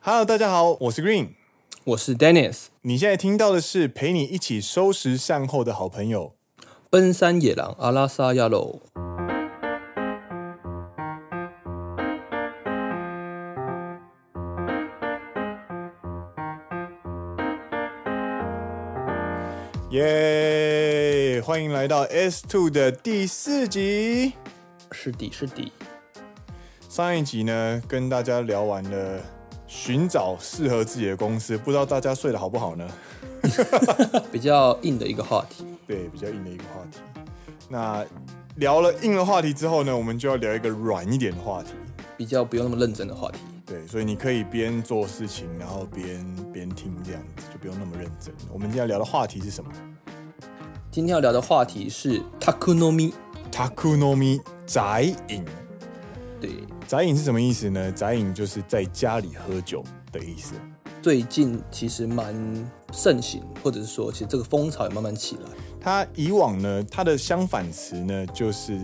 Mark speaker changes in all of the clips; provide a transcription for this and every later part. Speaker 1: Hello，大家好，我是 Green。
Speaker 2: 我是 Dennis，
Speaker 1: 你现在听到的是陪你一起收拾善后的好朋友。
Speaker 2: 奔山野狼阿拉萨亚喽。
Speaker 1: 耶、欢迎来到 S Two 的第四集。
Speaker 2: 是底是底，
Speaker 1: 上一集呢，跟大家聊完了寻找适合自己的公司，不知道大家睡得好不好呢？
Speaker 2: 比较硬的一个话题。
Speaker 1: 对，比较硬的一个话题。那聊了硬的话题之后呢，我们就要聊一个软一点的话题。
Speaker 2: 比较不用那么认真的话题。
Speaker 1: 对，所以你可以边做事情，然后边边听，这样子就不用那么认真。我们今天要聊的话题是什么
Speaker 2: 今天要聊的话题是 takunomi，
Speaker 1: ？Takunomi 宅饮。
Speaker 2: 对，
Speaker 1: 宅饮是什么意思呢？宅饮就是在家里喝酒的意思。
Speaker 2: 最近其实蛮盛行，或者是说，其实这个风潮也慢慢起来。
Speaker 1: 它以往呢，它的相反词呢，就是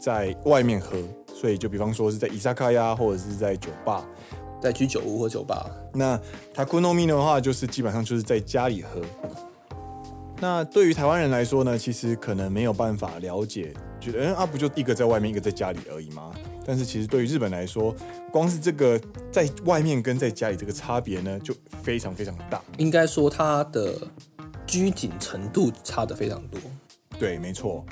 Speaker 1: 在外面喝，所以就比方说是在伊萨卡呀，或者是在酒吧。
Speaker 2: 在居酒屋或酒吧，
Speaker 1: 那 takunomi 的话，就是基本上就是在家里喝。那对于台湾人来说呢，其实可能没有办法了解，觉得嗯啊，不就一个在外面，一个在家里而已吗？但是其实对于日本来说，光是这个在外面跟在家里这个差别呢，就非常非常大。
Speaker 2: 应该说它的拘谨程度差的非常多。
Speaker 1: 对，没错。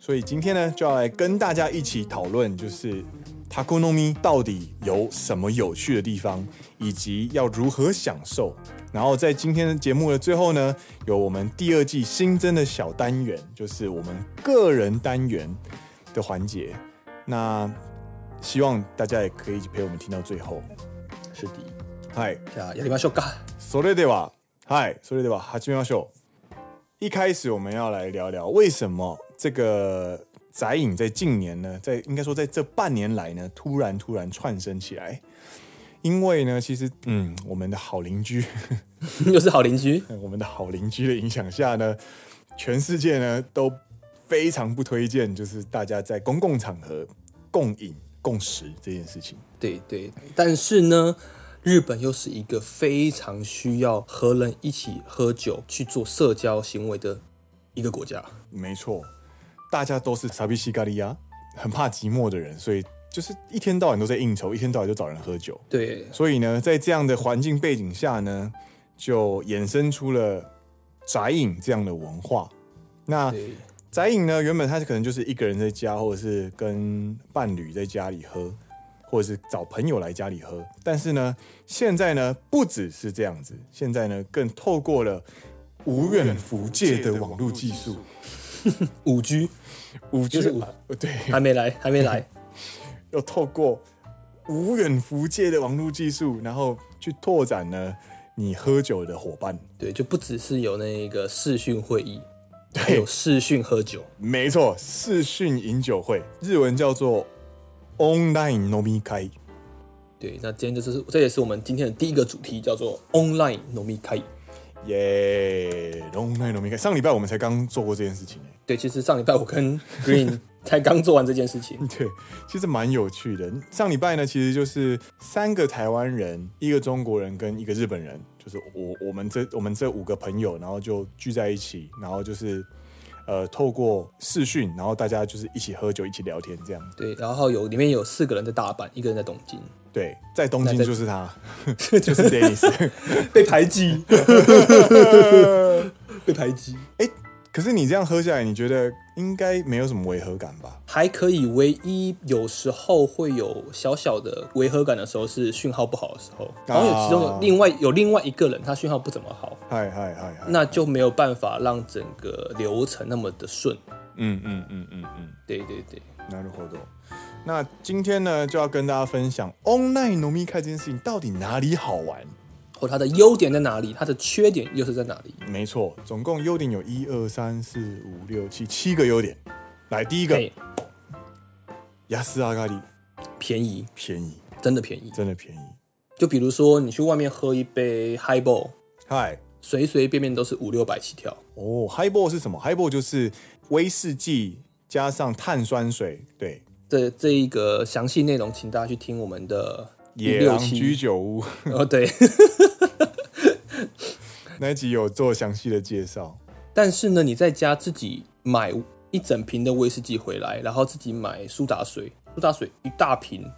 Speaker 1: 所以今天呢，就要来跟大家一起讨论，就是 Takonomi 到底有什么有趣的地方，以及要如何享受。然后在今天的节目的最后呢，有我们第二季新增的小单元，就是我们个人单元的环节。那希望大家也可以陪我们听到最后。
Speaker 2: 是的，
Speaker 1: 嗨，
Speaker 2: じゃあやりましょうか。
Speaker 1: それでは、嗨，それでは始めましょう。一开始我们要来聊聊为什么这个宅影在近年呢，在应该说在这半年来呢，突然突然窜升起来。因为呢，其实嗯，我们的好邻居，
Speaker 2: 又是好邻居，
Speaker 1: 我们的好邻居的影响下呢，全世界呢都非常不推荐，就是大家在公共场合共饮共食这件事情。
Speaker 2: 对对，但是呢，日本又是一个非常需要和人一起喝酒去做社交行为的一个国家。
Speaker 1: 没错，大家都是傻逼西咖利亚，很怕寂寞的人，所以就是一天到晚都在应酬，一天到晚就找人喝酒。
Speaker 2: 对，
Speaker 1: 所以呢，在这样的环境背景下呢，就衍生出了宅饮这样的文化。那
Speaker 2: 对，
Speaker 1: 宅饮呢，原本它可能就是一个人在家，或者是跟伴侣在家里喝，或者是找朋友来家里喝。但是呢，现在呢，不只是这样子，现在呢，更透过了无远弗届的网络技术，
Speaker 2: 五 G
Speaker 1: 五 G
Speaker 2: 就是五
Speaker 1: 对，
Speaker 2: 还没来，还没来。
Speaker 1: 要透过无远弗届的网络技术，然后去拓展呢你喝酒的伙伴。
Speaker 2: 对，就不只是有那个视讯会议，还有视讯喝酒。
Speaker 1: 没错，视讯饮酒会，日文叫做 online nomi kai。
Speaker 2: 对，那今天就是这也是我们今天的第一个主题，叫做 online 农民开。
Speaker 1: 耶、o n l i n e nomi kai。上礼拜我们才刚做过这件事情、欸、
Speaker 2: 对，其实上礼拜我跟 Green 才刚做完这件事情。
Speaker 1: 对，其实蛮有趣的。上礼拜呢，其实就是三个台湾人、一个中国人跟一个日本人，就是我我们这我们这五个朋友，然后就聚在一起，然后就是呃透过视讯，然后大家就是一起喝酒、一起聊天这样。
Speaker 2: 对，然后有里面有四个人在大阪，一个人在东京，
Speaker 1: 对，在东京
Speaker 2: 那在
Speaker 1: 就是 他，就是 Dennis。
Speaker 2: 被排 挤，被排挤。
Speaker 1: 可是你这样喝下来，你觉得应该没有什么违和感吧？
Speaker 2: 还可以，唯一有时候会有小小的违和感的时候是讯号不好的时候，然后有其中有另外有另外一个人他讯号不怎么好，
Speaker 1: 嗨嗨嗨嗨，
Speaker 2: 那就没有办法让整个流程那么的顺。
Speaker 1: 嗯嗯嗯嗯嗯，
Speaker 2: 对对对，
Speaker 1: なるほど。那今天呢，就要跟大家分享 online 农民开这件事情到底哪里好玩。
Speaker 2: 或它的优点在哪里，它的缺点又是在哪里？
Speaker 1: 没错，总共优点有一二三四五六七七个优点。来，第一个，
Speaker 2: 对，
Speaker 1: 雅斯阿咖喱
Speaker 2: 便宜，
Speaker 1: 便宜，
Speaker 2: 真的便宜。
Speaker 1: 真的便宜。
Speaker 2: 就比如说你去外面喝一杯 highball，
Speaker 1: 嗨，
Speaker 2: 随随便便都是五六百起跳。
Speaker 1: 哦，highball 是什么？highball 就是威士忌加上碳酸水，对，
Speaker 2: 这这一个详细内容，请大家去听我们的
Speaker 1: 野狼居酒屋
Speaker 2: 哦，对，
Speaker 1: 那一集有做详细的介绍。
Speaker 2: 但是呢，你在家自己买一整瓶的威士忌回来，然后自己买苏打水，苏打水一大瓶，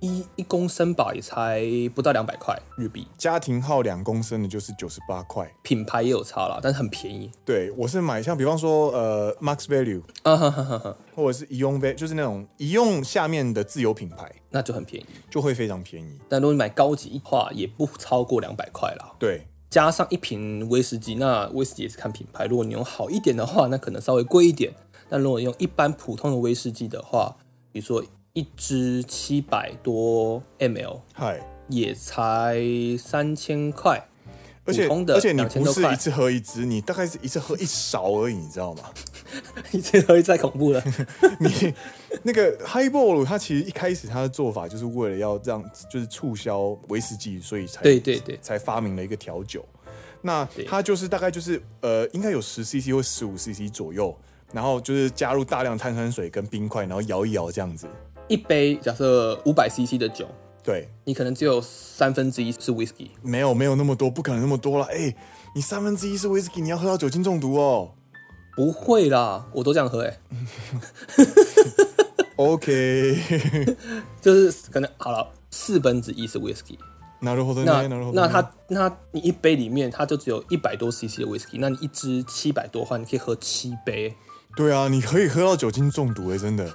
Speaker 2: 一一公升吧，也才不到两百块日币，
Speaker 1: 家庭号两公升的就是九十八块。
Speaker 2: 品牌也有差啦，但是很便宜。
Speaker 1: 对我是买像比方说呃 Max Value
Speaker 2: 啊哈哈哈哈，
Speaker 1: 或者是宜用 Val，就是那种宜用下面的自有品牌
Speaker 2: 那就很便宜。
Speaker 1: 就会非常便宜。
Speaker 2: 但如果你买高级的话，也不超过两百块啦。
Speaker 1: 对，
Speaker 2: 加上一瓶威士忌，那威士忌也是看品牌。如果你用好一点的话，那可能稍微贵一点；但如果你用一般普通的威士忌的话，比如说一支七百多 ml，
Speaker 1: 嗨，
Speaker 2: 也才三千块。
Speaker 1: 而且
Speaker 2: 普通的
Speaker 1: 而且你
Speaker 2: 2000
Speaker 1: 不
Speaker 2: 多
Speaker 1: 是
Speaker 2: 块
Speaker 1: 一次喝一支，你大概是一次喝一勺而已，你知道吗？
Speaker 2: 你这个太恐怖了。
Speaker 1: 你那个 Highball 它其实一开始它的做法就是为了要让就是促销威士忌，所以才
Speaker 2: 对对对
Speaker 1: 才发明了一个调酒。那
Speaker 2: 对
Speaker 1: 它就是大概就是呃，应该有十 CC 或十五 CC 左右，然后就是加入大量碳酸水跟冰块，然后摇一摇这样子。
Speaker 2: 一杯假设五百 CC 的酒，
Speaker 1: 对，
Speaker 2: 你可能只有三分之一是 whisky，
Speaker 1: 没有没有那么多，不可能那么多了。哎、你三分之一是威士忌，你要喝到酒精中毒哦。
Speaker 2: 不会啦，我都这样喝哎、
Speaker 1: OK，
Speaker 2: 就是可能好了四分之一是 whisky，
Speaker 1: なるほど
Speaker 2: 那
Speaker 1: ね，なるほどね。
Speaker 2: 那它那你一杯里面它就只有一百多 CC 的 whisky，那你一支七百多的话，你可以喝七杯，
Speaker 1: 对啊，你可以喝到酒精中毒哎、真的。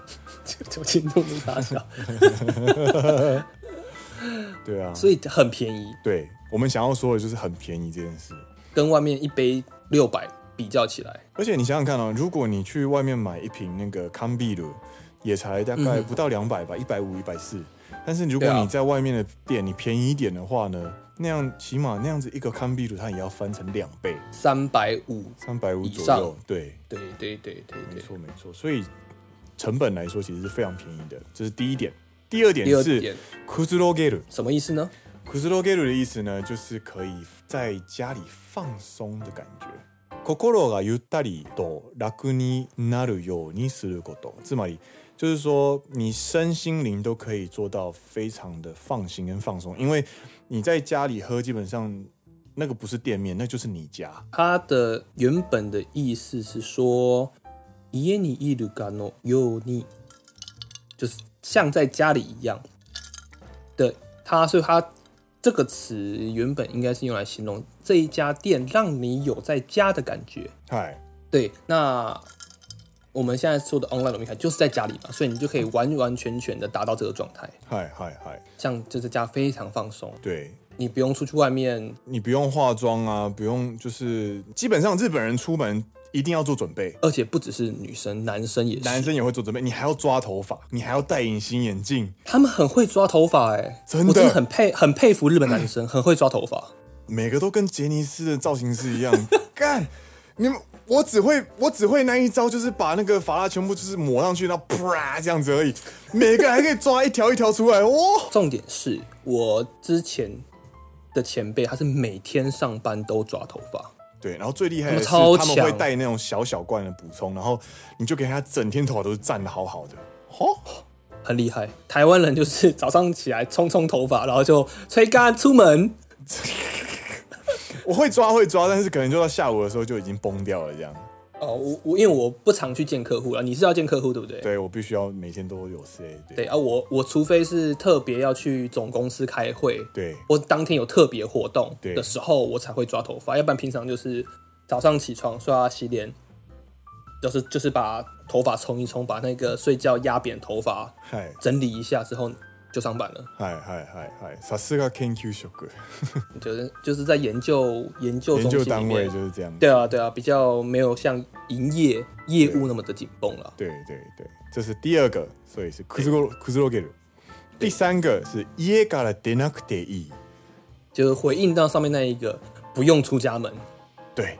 Speaker 2: 就就轻度度大小，
Speaker 1: 对啊，
Speaker 2: 所以很便宜，
Speaker 1: 对我们想要说的就是很便宜这件事。
Speaker 2: 跟外面一杯六百比较起来，
Speaker 1: 而且你想想看哦，如果你去外面买一瓶那个康碧鲁，也才大概不到两百吧，一百五、一百四。但是如果
Speaker 2: 嗯对啊
Speaker 1: 你在外面的店，你便宜一点的话呢，那样起码那样子一个康碧鲁，它也要翻成两倍，
Speaker 2: 三百五，
Speaker 1: 三百五
Speaker 2: 以
Speaker 1: 左
Speaker 2: 上
Speaker 1: 右。对，
Speaker 2: 对对对对
Speaker 1: 没
Speaker 2: 对，
Speaker 1: 错没错。所以成本来说，其实是非常便宜的，这是第一点。第二点
Speaker 2: 第二
Speaker 1: 是
Speaker 2: 点
Speaker 1: k u z u r o g e r u
Speaker 2: 什么意思呢？
Speaker 1: k u z u r o g e r u 的意思呢，就是可以在家里放松的感觉。心がゆったりと楽になるようにすること，つまり就是说，你身心灵都可以做到非常的放心跟放松，因为你在家里喝，基本上那个不是店面，那就是你家。
Speaker 2: 它的原本的意思是说，家にいるかのように，就是像在家里一样的它，所以它这个词原本应该是用来形容这一家店让你有在家的感觉。
Speaker 1: 嗨，
Speaker 2: 对，那我们现在说的 online 农民卡就是在家里嘛，所以你就可以完完全全的达到这个状态，
Speaker 1: 嗨，嗨，嗨，
Speaker 2: 像就在家非常放松，
Speaker 1: 对，
Speaker 2: 你不用出去外面
Speaker 1: 你不用化妆啊，不用就是基本上日本人出门一定要做准备，
Speaker 2: 而且不只是女生，男生也是，
Speaker 1: 男生也会做准备，你还要抓头发，你还要戴隐形眼镜，
Speaker 2: 他们很会抓头发哎、
Speaker 1: 真的
Speaker 2: 我真的很佩很佩服日本男生，很会抓头发。
Speaker 1: 每个都跟杰尼斯的造型师 一样。干，你们我只会我只会那一招，就是把那个发蜡全部就是抹上去，然后啪这样子而已。每个还可以抓一条一条出来，哦哇、
Speaker 2: 重点是我之前的前辈，他是每天上班都抓头发，
Speaker 1: 对，然后最厉害的是
Speaker 2: 他们超
Speaker 1: 他们
Speaker 2: 强
Speaker 1: 会带那种小小罐的补充，然后你就给他整天头发都是站的好好的。哦，
Speaker 2: 很厉害。台湾人就是早上起来冲冲头发，然后就吹干出门。
Speaker 1: 我会抓会抓，但是可能就到下午的时候就已经崩掉了这样。
Speaker 2: 哦，我我因为我不常去见客户了，你是要见客户对不对？
Speaker 1: 对我必须要每天都有 C，对
Speaker 2: 对啊，我我除非是特别要去总公司开会，
Speaker 1: 对
Speaker 2: 或当天有特别活动
Speaker 1: 对
Speaker 2: 的时候，我才会抓头发，要不然平常就是早上起床刷牙洗脸，就是就是把头发冲一冲，把那个睡觉压扁头发
Speaker 1: 嗨
Speaker 2: 整理一下之后就上班了。
Speaker 1: 嗨嗨嗨嗨，さすが研究職，
Speaker 2: 就是就是在研究研究
Speaker 1: 研究
Speaker 2: 中心里
Speaker 1: 单位
Speaker 2: 面，
Speaker 1: 就是这样。
Speaker 2: 对啊对啊，比较没有像营业业务那么的紧绷了。
Speaker 1: 对对对，这是第二个，所以是くずろくずろげる。第三个是家から出なくていい，
Speaker 2: 就是回应到上面那一个，不用出家门。
Speaker 1: 对，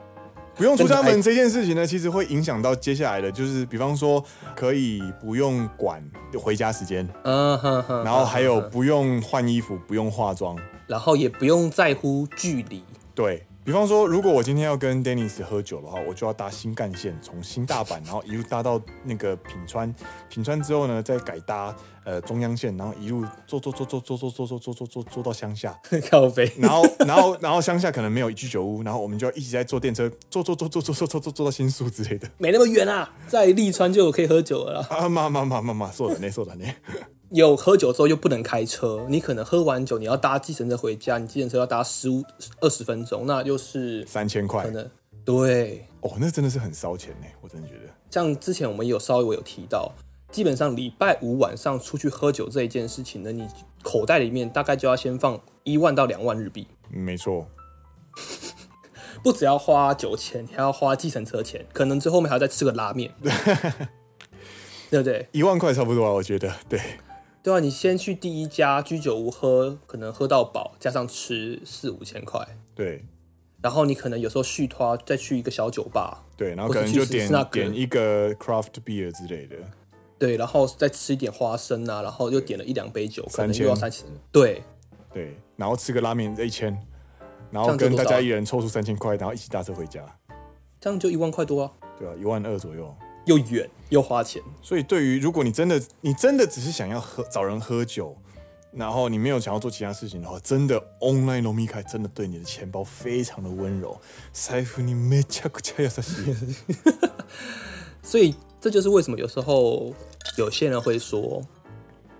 Speaker 1: 不用出家
Speaker 2: 真的
Speaker 1: 门这件事情呢，其实会影响到接下来的，就是比方说可以不用管回家时间，
Speaker 2: 嗯哼哼，
Speaker 1: 然后还有
Speaker 2: 哼，哼
Speaker 1: 不用换衣服，不用化妆，
Speaker 2: 然后也不用在乎距离，
Speaker 1: 对，比比方说，如果我今天要跟 Dennis 喝酒的话，我就要搭新干线，从新大阪，然后一路搭到那个品川，品川之后呢，再改搭呃中央线，然后一路坐坐坐坐坐坐坐坐坐坐坐坐到乡下，
Speaker 2: 靠背，
Speaker 1: 然后，然后，然后乡下可能没有一居酒屋，然后我们就要一直在坐电车，坐坐坐坐坐坐坐坐坐到新宿之类的。
Speaker 2: 没那么远啊，在利川就可以喝酒了啦。
Speaker 1: 啊，嘛嘛嘛嘛嘛，そうだね，そうだね。
Speaker 2: 有喝酒之后又不能开车，你可能喝完酒你要搭计程车回家，你计程车要搭十五二十分钟，那就是
Speaker 1: 三千块
Speaker 2: 可，能对。
Speaker 1: 哦，那真的是很烧钱呢，我真的觉得。
Speaker 2: 像之前我们也有稍微有提到，基本上礼拜五晚上出去喝酒这一件事情呢，你口袋里面大概就要先放一万到两万日币，
Speaker 1: 嗯没错，
Speaker 2: 不只要花酒钱，你还要花计程车钱，可能最后面还要再吃个拉面，对不对？
Speaker 1: 一万块差不多啊，我觉得。对，
Speaker 2: 对啊，你先去第一家居酒屋喝，可能喝到饱，加上吃四五千块，
Speaker 1: 对，
Speaker 2: 然后你可能有时候续拖再去一个小酒吧，
Speaker 1: 对，然后
Speaker 2: 或
Speaker 1: 可
Speaker 2: 者
Speaker 1: 能
Speaker 2: 去
Speaker 1: 就
Speaker 2: 吃
Speaker 1: 点
Speaker 2: 斯纳克
Speaker 1: 点一个 craft beer 之类的。
Speaker 2: 对，然后再吃一点花生啊，然后又点了一两杯酒，可能
Speaker 1: 3000
Speaker 2: 又要三千，对，
Speaker 1: 对，然后吃个拉面一千，然
Speaker 2: 这
Speaker 1: 后
Speaker 2: 样就
Speaker 1: 跟大
Speaker 2: 多少
Speaker 1: 家
Speaker 2: 啊
Speaker 1: 一人抽出三千块，然后一起搭车回家，
Speaker 2: 这样就一万块多啊，
Speaker 1: 对吧、啊？一万二左右。
Speaker 2: 又远又花钱。
Speaker 1: 所以，对于如果你真的你真的只是想要喝找人喝酒，然后你没有想要做其他事情的话，真的 online 飲み会真的对你的钱包非常的温柔。財布にめちゃくちゃ優 しい。
Speaker 2: 所以这就是为什么有时候有些人会说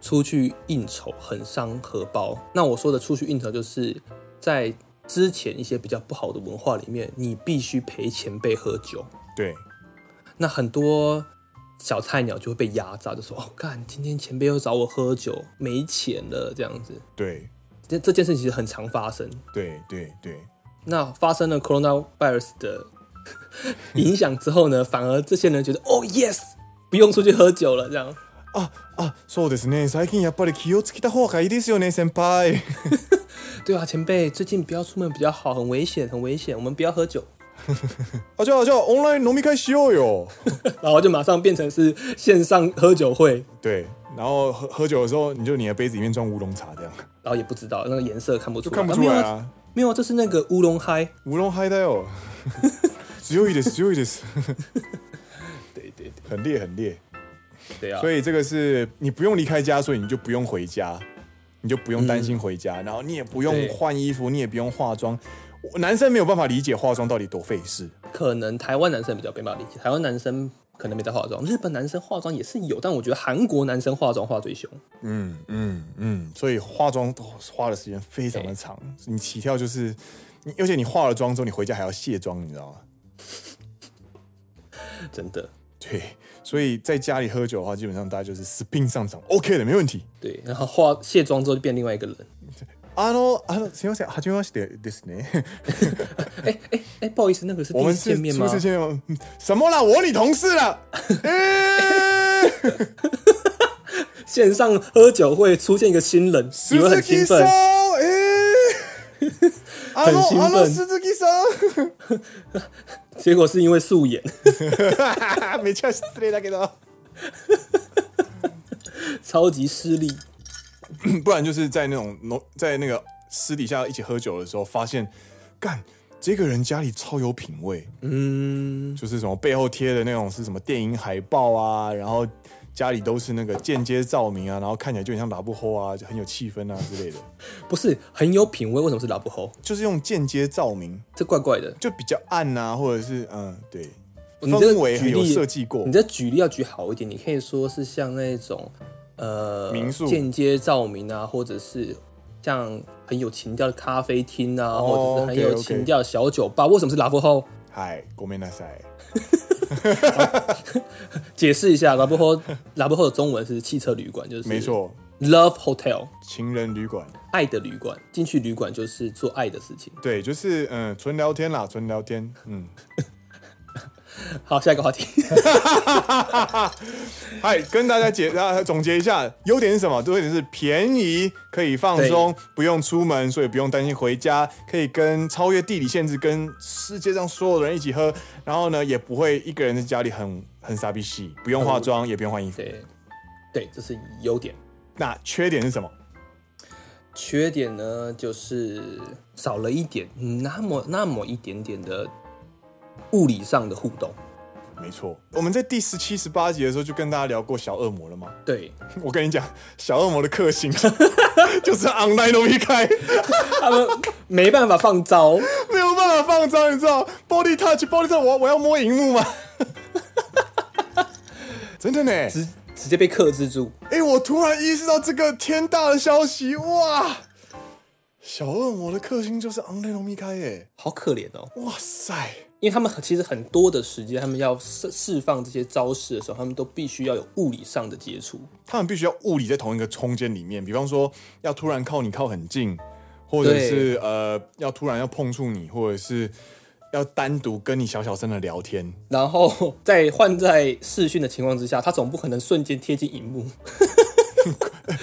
Speaker 2: 出去应酬很伤荷包。那我说的出去应酬，就是在之前一些比较不好的文化里面，你必须陪前辈喝酒。
Speaker 1: 对，
Speaker 2: 那很多小菜鸟就会被压榨，就说：“哦，干，今天前辈又找我喝酒，没钱了。”这样子，
Speaker 1: 对，
Speaker 2: 这这件事其实很常发生。
Speaker 1: 对，对，对，
Speaker 2: 那发生了 coronavirus 的 影响之后呢，反而这些人觉得：“哦，yes，不用出去喝酒了。”这样。
Speaker 1: あ、あ、そうですね。最近やっぱり気をつけた方がいいですよね、先輩。
Speaker 2: 对啊，前辈，最近不要出门比较好，很危险，很危险，我们不要喝酒。
Speaker 1: あ、じゃあ、じゃあ、オンライン飲み会しようよ。
Speaker 2: 然后就马上变成是线上喝酒会，
Speaker 1: 对，然后喝喝酒的时候，你就你的杯子里面装乌龙茶这样，
Speaker 2: 然后也不知道那个颜色看不出来，
Speaker 1: 看不出来
Speaker 2: 啊
Speaker 1: 啊。
Speaker 2: 没有啊，没有啊，这是那个乌龙嗨。
Speaker 1: 乌龙嗨哦的 哟。強いです、強いです。
Speaker 2: 对对
Speaker 1: 很烈，很烈。
Speaker 2: 对对啊，
Speaker 1: 所以这个是你不用离开家，所以你就不用回家，你就不用担心回家，然后你也不用
Speaker 2: 对
Speaker 1: 换衣服，你也不用化妆。我男生没有办法理解化妆到底多费事，
Speaker 2: 可能台湾男生比较没办法理解，台湾男生可能没在化妆，日本男生化妆也是有，但我觉得韩国男生化妆化最凶。
Speaker 1: 嗯嗯嗯，所以化妆都花的时间非常的长，你起跳就是，你而且你化了妆之后，你回家还要卸妆，你知道吗？
Speaker 2: 真的。
Speaker 1: 对，所以在家里喝酒的话，基本上大家就是 spin 上场，OK 的，没问题。
Speaker 2: 对，然后化卸妆之后就变另外一个人。
Speaker 1: あの、あの、すみません、はじめましてですね。
Speaker 2: 哎哎哎，不好意思，那个 是第
Speaker 1: 我
Speaker 2: 一
Speaker 1: 们
Speaker 2: 次
Speaker 1: 是
Speaker 2: 见面
Speaker 1: 初
Speaker 2: 吗？
Speaker 1: 次见面吗？嗯什么啦？我你同事 啦？欸
Speaker 2: 线上喝酒会出现一个新人，你会很兴奋。
Speaker 1: 哎、
Speaker 2: 很兴奋
Speaker 1: あの鈴木さ
Speaker 2: 结果是因为素颜，
Speaker 1: んめっちゃ失礼だけど。
Speaker 2: 超级失利。
Speaker 1: 不然就是在那种农，在那个私底下一起喝酒的时候，发现，干，这个人家里超有品味，
Speaker 2: 嗯，
Speaker 1: 就是什么背后贴的那种是什么电影海报啊，然后家里都是那个间接照明啊，然后看起来就很像拉布后啊，就很有气氛啊之类的，
Speaker 2: 不是很有品味，为什么是拉布侯？
Speaker 1: 就是用间接照明，
Speaker 2: 这怪怪的。
Speaker 1: 就比较暗啊，或者是嗯，对，
Speaker 2: 你这
Speaker 1: 氛
Speaker 2: 个
Speaker 1: 围
Speaker 2: 举
Speaker 1: 很有
Speaker 2: 例
Speaker 1: 设计过
Speaker 2: 你，这举例要举好一点，你可以说是像那种呃
Speaker 1: 民宿
Speaker 2: 间接照明啊，或者是像很有情调的咖啡厅啊，
Speaker 1: 哦
Speaker 2: 或者是很
Speaker 1: OK，OK
Speaker 2: 有情调的小酒吧。为什么是拉布侯？
Speaker 1: 嗨，ごめんなさい。
Speaker 2: 解释一下，拉 布侯拉布侯的中文是汽车旅馆，就是
Speaker 1: 没错，
Speaker 2: ，Love Hotel
Speaker 1: 情人旅馆，
Speaker 2: 爱的旅馆。进去旅馆就是做爱的事情。
Speaker 1: 对，就是嗯，纯聊天啦，纯聊天，嗯，
Speaker 2: 好，下一 个话题。
Speaker 1: 嗨，跟大家解 大家总结一下，优点是什么？优点是便宜，可以放松，不用出门，所以不用担心回家，可以跟超越地理限制，跟世界上所有人一起喝，然后呢，也不会一个人在家里很很傻逼戏，不用化
Speaker 2: 嗯
Speaker 1: 妆，也不用换衣服。
Speaker 2: 对，对，这是优点。
Speaker 1: 那缺点是什么？
Speaker 2: 缺点呢，就是少了一点那么那么一点点的物理上的互动。
Speaker 1: 没错，我们在第十七、十八集的时候就跟大家聊过小恶魔了嘛。
Speaker 2: 对，
Speaker 1: 我跟你讲，小恶魔的克星 就是 online 都没开，
Speaker 2: 他们没办法放招，
Speaker 1: 没有办法放招，你知道？body touch，body touch，我我要摸荧幕吗？ 真的呢，
Speaker 2: 直直接被克制住。
Speaker 1: 哎、我突然意识到这个天大的消息，哇！小恶魔的克星就是 online 都没开，哎，
Speaker 2: 好可怜哦，
Speaker 1: 哇塞！
Speaker 2: 因为他们其实很多的时间，他们要释释放这些招式的时候，他们都必须要有物理上的接触。
Speaker 1: 他们必须要物理在同一个空间里面，比方说要突然靠你靠很近，或者是呃要突然要碰触你，或者是要单独跟你小小声的聊天，
Speaker 2: 然后在换在视讯的情况之下，他总不可能瞬间贴近荧幕。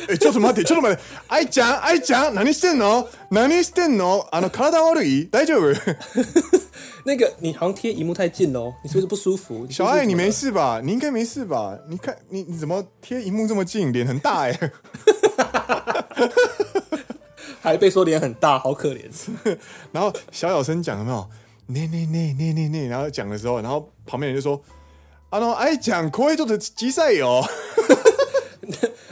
Speaker 1: えちょっと待って、ちょっと待って。愛ちゃん、愛ちゃん、何してんの何してんのあの、体悪い大丈夫
Speaker 2: 那个你好像贴荧幕太近喽，你是不是不舒服？
Speaker 1: 小爱，你没
Speaker 2: 没
Speaker 1: 事吧？你应该没事吧？你看，你你怎么贴荧幕这么近？脸很大哎、
Speaker 2: 还被说脸很大，好可怜。
Speaker 1: 然后小小声讲有没有？ねねねねねね，然后讲的时候，然后旁边人就说：“あの、愛ちゃん、声ちょっと小さいよ。”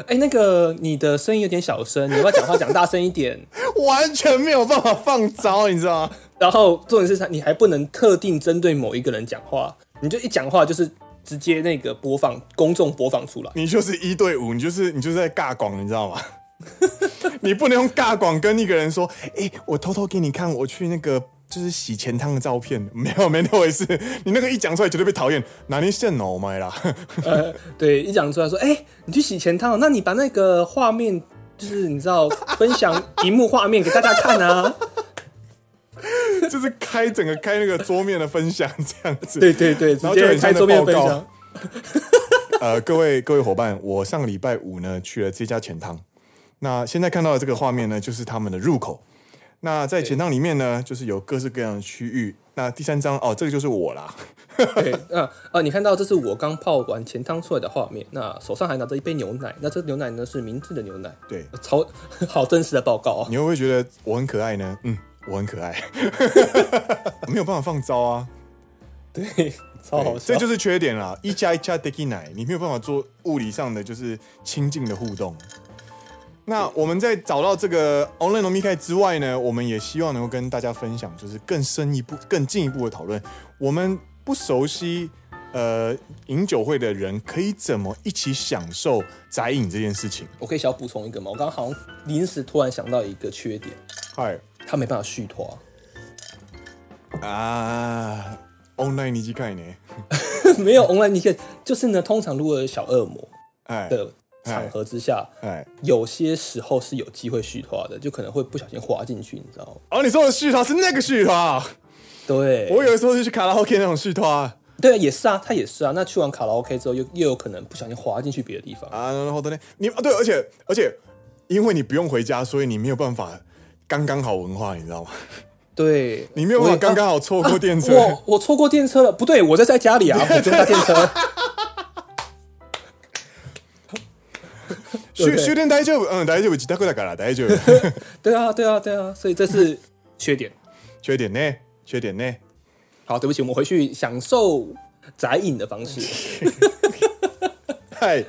Speaker 2: 哎、那个你的声音有点小声，你要不要讲话讲大声一点？
Speaker 1: 完全没有办法放招，你知道吗？
Speaker 2: 然后重点是他，你还不能特定针对某一个人讲话，你就一讲话就是直接那个播放公众播放出来。
Speaker 1: 你就是一对五，你就是你就是在尬广，你知道吗？ 你不能用尬广跟一个人说，哎、我偷偷给你看我去那个就是洗钱汤的照片，没有没那回事，你那个一讲出来绝对被讨厌，哪里现脑麦啦？
Speaker 2: 呃，对，一讲出来说，哎、你去洗钱汤，那你把那个画面，就是你知道分享荧幕画面给大家看啊。
Speaker 1: 就是开整个开那个桌面的分享这样子。
Speaker 2: 对对对，直
Speaker 1: 然后就
Speaker 2: 接
Speaker 1: 很像
Speaker 2: 开
Speaker 1: 在
Speaker 2: 桌面分
Speaker 1: 报告
Speaker 2: 享。
Speaker 1: 呃，各位各位伙伴，我上个礼拜五呢去了这家钱汤，那现在看到的这个画面呢，就是他们的入口。那在钱汤里面呢，就是有各式各样的区域。那第三张哦，这个就是我啦。
Speaker 2: 对，那啊、呃你看到这是我刚泡完钱汤出来的画面，那手上还拿着一杯牛奶，那这牛奶呢是明治的牛奶，
Speaker 1: 对，
Speaker 2: 超 好真实的报告哦。
Speaker 1: 你会不会觉得我很可爱呢？嗯，我很可爱， 没有办法放招啊，
Speaker 2: 对，超好笑。
Speaker 1: 这哦就是缺点啦。 一加一加 d e k i 奶，你没有办法做物理上的就是亲近的互动。那我们在找到这个 online 农密开之外呢，我们也希望能够跟大家分享，就是更深一步、更进一步的讨论。我们不熟悉呃饮酒会的人，可以怎么一起享受宅饮这件事情？
Speaker 2: 我可以小补充一个吗？我刚刚好像临时突然想到一个缺点，
Speaker 1: 嗨
Speaker 2: 他没办法续拖，
Speaker 1: 啊，online 你去看呢？
Speaker 2: 没有 online 你可以就是呢，通常如果有小恶魔
Speaker 1: 哎
Speaker 2: 的场合之下，
Speaker 1: 哎，
Speaker 2: 有些时候是有机会续拖的，就可能会不小心滑进去，你知道吗？
Speaker 1: 哦，你说的续团是那个续团，
Speaker 2: 对，
Speaker 1: 我有的时候就去卡拉 OK 那种续团。
Speaker 2: 对，也是啊，他也是啊。那去完卡拉 OK 之后，又又有可能不小心滑进去别的地方。
Speaker 1: 啊，然后呢，你啊对，而且而且，因为你不用回家，所以你没有办法刚刚好文化，你知道吗？
Speaker 2: 对，
Speaker 1: 你没有办法
Speaker 2: 我也
Speaker 1: 刚刚好错过电车。
Speaker 2: 我我错过电车了，不对，我在在 家里啊，我坐搭电车。对
Speaker 1: 修
Speaker 2: 不对
Speaker 1: 修电大丈夫，嗯，大丈夫，其他过来干啦，大丈夫。
Speaker 2: 对啊，对啊，对啊，所以这是缺点。
Speaker 1: 缺点呢？缺点呢？
Speaker 2: 好，对不起，我们回去享受宅饮的 方式。
Speaker 1: 嗨，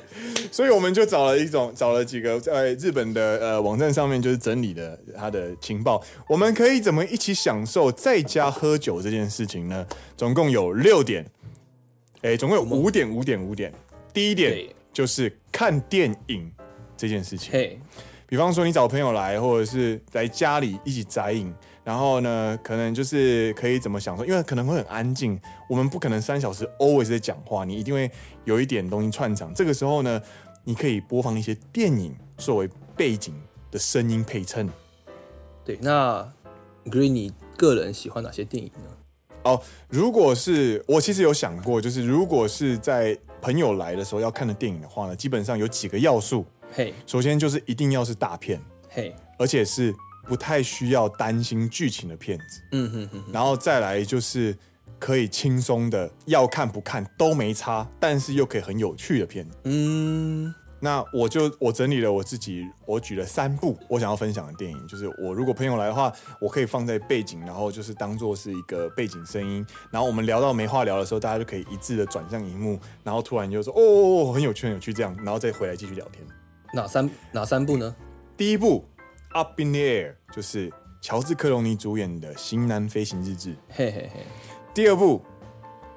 Speaker 1: 所以我们就找了一种，找了几个在日本的呃网站上面就是整理的它的情报，我们可以怎么一起享受在家喝酒这件事情呢？总共有六点，哎、总共有五点，五点，五点。第一点
Speaker 2: 对
Speaker 1: 就是看电影这件事情。
Speaker 2: 嘿，
Speaker 1: 比方说你找朋友来，或者是来家里一起宅饮，然后呢，可能就是可以怎么享受，因为可能会很安静，我们不可能三小时 always 在讲话，你一定会有一点东西串场。这个时候呢，你可以播放一些电影作为背景的声音配衬。
Speaker 2: 对，那 Green，你个人喜欢哪些电影呢？
Speaker 1: 哦，如果是我其实有想过，就是如果是在朋友来的时候要看的电影的话呢，基本上有几个要素，
Speaker 2: 嘿，
Speaker 1: 首先就是一定要是大片，
Speaker 2: 嘿，
Speaker 1: 而且是不太需要担心剧情的片子。
Speaker 2: 嗯哼哼，
Speaker 1: 然后再来就是可以轻松的要看不看都没差，但是又可以很有趣的片子。
Speaker 2: 嗯，
Speaker 1: 那我就我整理了我自己，我举了三部我想要分享的电影，就是我如果朋友来的话，我可以放在背景，然后就是当做是一个背景声音，然后我们聊到没话聊的时候，大家就可以一致的转向荧幕，然后突然就说哦哦哦，很有趣很有趣这样，然后再回来继续聊天。
Speaker 2: 哪三哪三部呢？
Speaker 1: 第一部《Up in the Air》就是乔治·克隆尼主演的《型男飞行日志》，
Speaker 2: 嘿嘿嘿，
Speaker 1: 第二部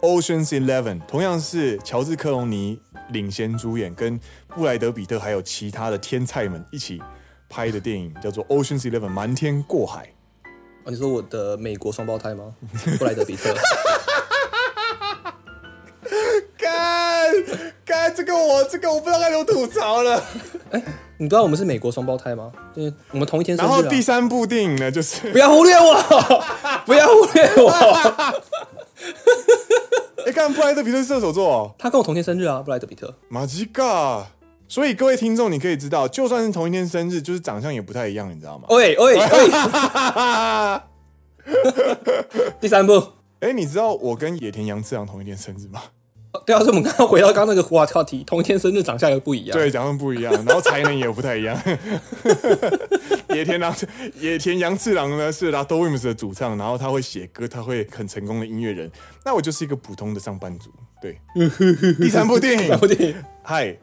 Speaker 1: 《Ocean's Eleven》同样是乔治·克隆尼领衔主演，跟布莱德·彼特还有其他的天才们一起拍的电影，叫做《Ocean's Eleven》瞒天过海。
Speaker 2: 哦，你说我的美国双胞胎吗？ 布莱德比特，
Speaker 1: 干干，这个我这个我不知道该怎么吐槽了。
Speaker 2: 你不知道我们是美国双胞胎吗？就是我们同一天 生
Speaker 1: 然
Speaker 2: 日、啊。
Speaker 1: 后第三部电影呢，就是
Speaker 2: 不要忽略我， 不要忽略我。
Speaker 1: 哎，看布莱德·彼特是射手座、哦。
Speaker 2: 他跟我同天生日啊，布莱德比特。
Speaker 1: 马吉嘎！所以各位听众，你可以知道，就算是同一天生日，就是长相也不太一样，你知道吗？
Speaker 2: 喂喂 喂，
Speaker 1: 啊
Speaker 2: 第三部，
Speaker 1: 哎、你知道我跟野田洋次郎同一天生日吗？
Speaker 2: 哦对啊，所以我们刚刚回到刚刚那个话话题，同一天生日长相又不一样。，
Speaker 1: 对，长相不一样，然后才能也不太一样。 野田洋野田洋次郎呢是 La d o w i m s 的主唱，然后他会写歌，他会很成功的音乐人。那我就是一个普通的上班族。 对，第三部电
Speaker 2: 然
Speaker 1: 影
Speaker 2: 后，电影，
Speaker 1: 嗨，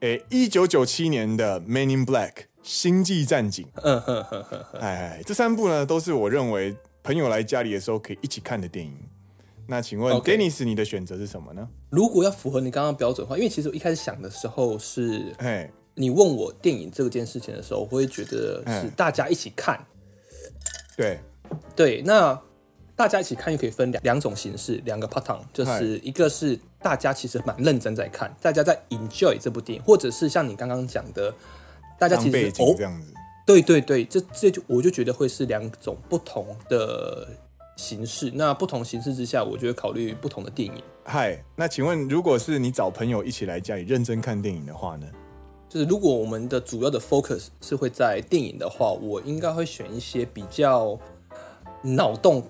Speaker 1: 哎，一九九七年的《Men in Black》星际战警。
Speaker 2: 嗯哼哼哼哼，
Speaker 1: 哎，这三部呢都是我认为朋友来家里的时候可以一起看的电影。那请问
Speaker 2: OK
Speaker 1: Dennis，你的选择是什么呢？
Speaker 2: 如果要符合你刚刚的标准的话，因为其实我一开始想的时候是
Speaker 1: 哎，
Speaker 2: 你问我电影这件事情的时候，我会觉得是
Speaker 1: 嗯
Speaker 2: 大家一起看。
Speaker 1: 对，
Speaker 2: 对，那大家一起看又可以分两两种形式，两个 pattern，就是一个是大家其实蛮认真在看，大家在 enjoy 这部电影，或者是像你刚刚讲的，大家
Speaker 1: 当
Speaker 2: 其
Speaker 1: 背
Speaker 2: 实
Speaker 1: 景
Speaker 2: 哦
Speaker 1: 这，样子。
Speaker 2: 对对对，这这就我就觉得会是两种不同的形式。那不同形式之下，我就会考虑不同的电影。
Speaker 1: 嗨，那请问，如果是你找朋友一起来家里认真看电影的话呢？
Speaker 2: 就是如果我们的主要的 focus 是会在电影的话，我应该会选一些比较脑洞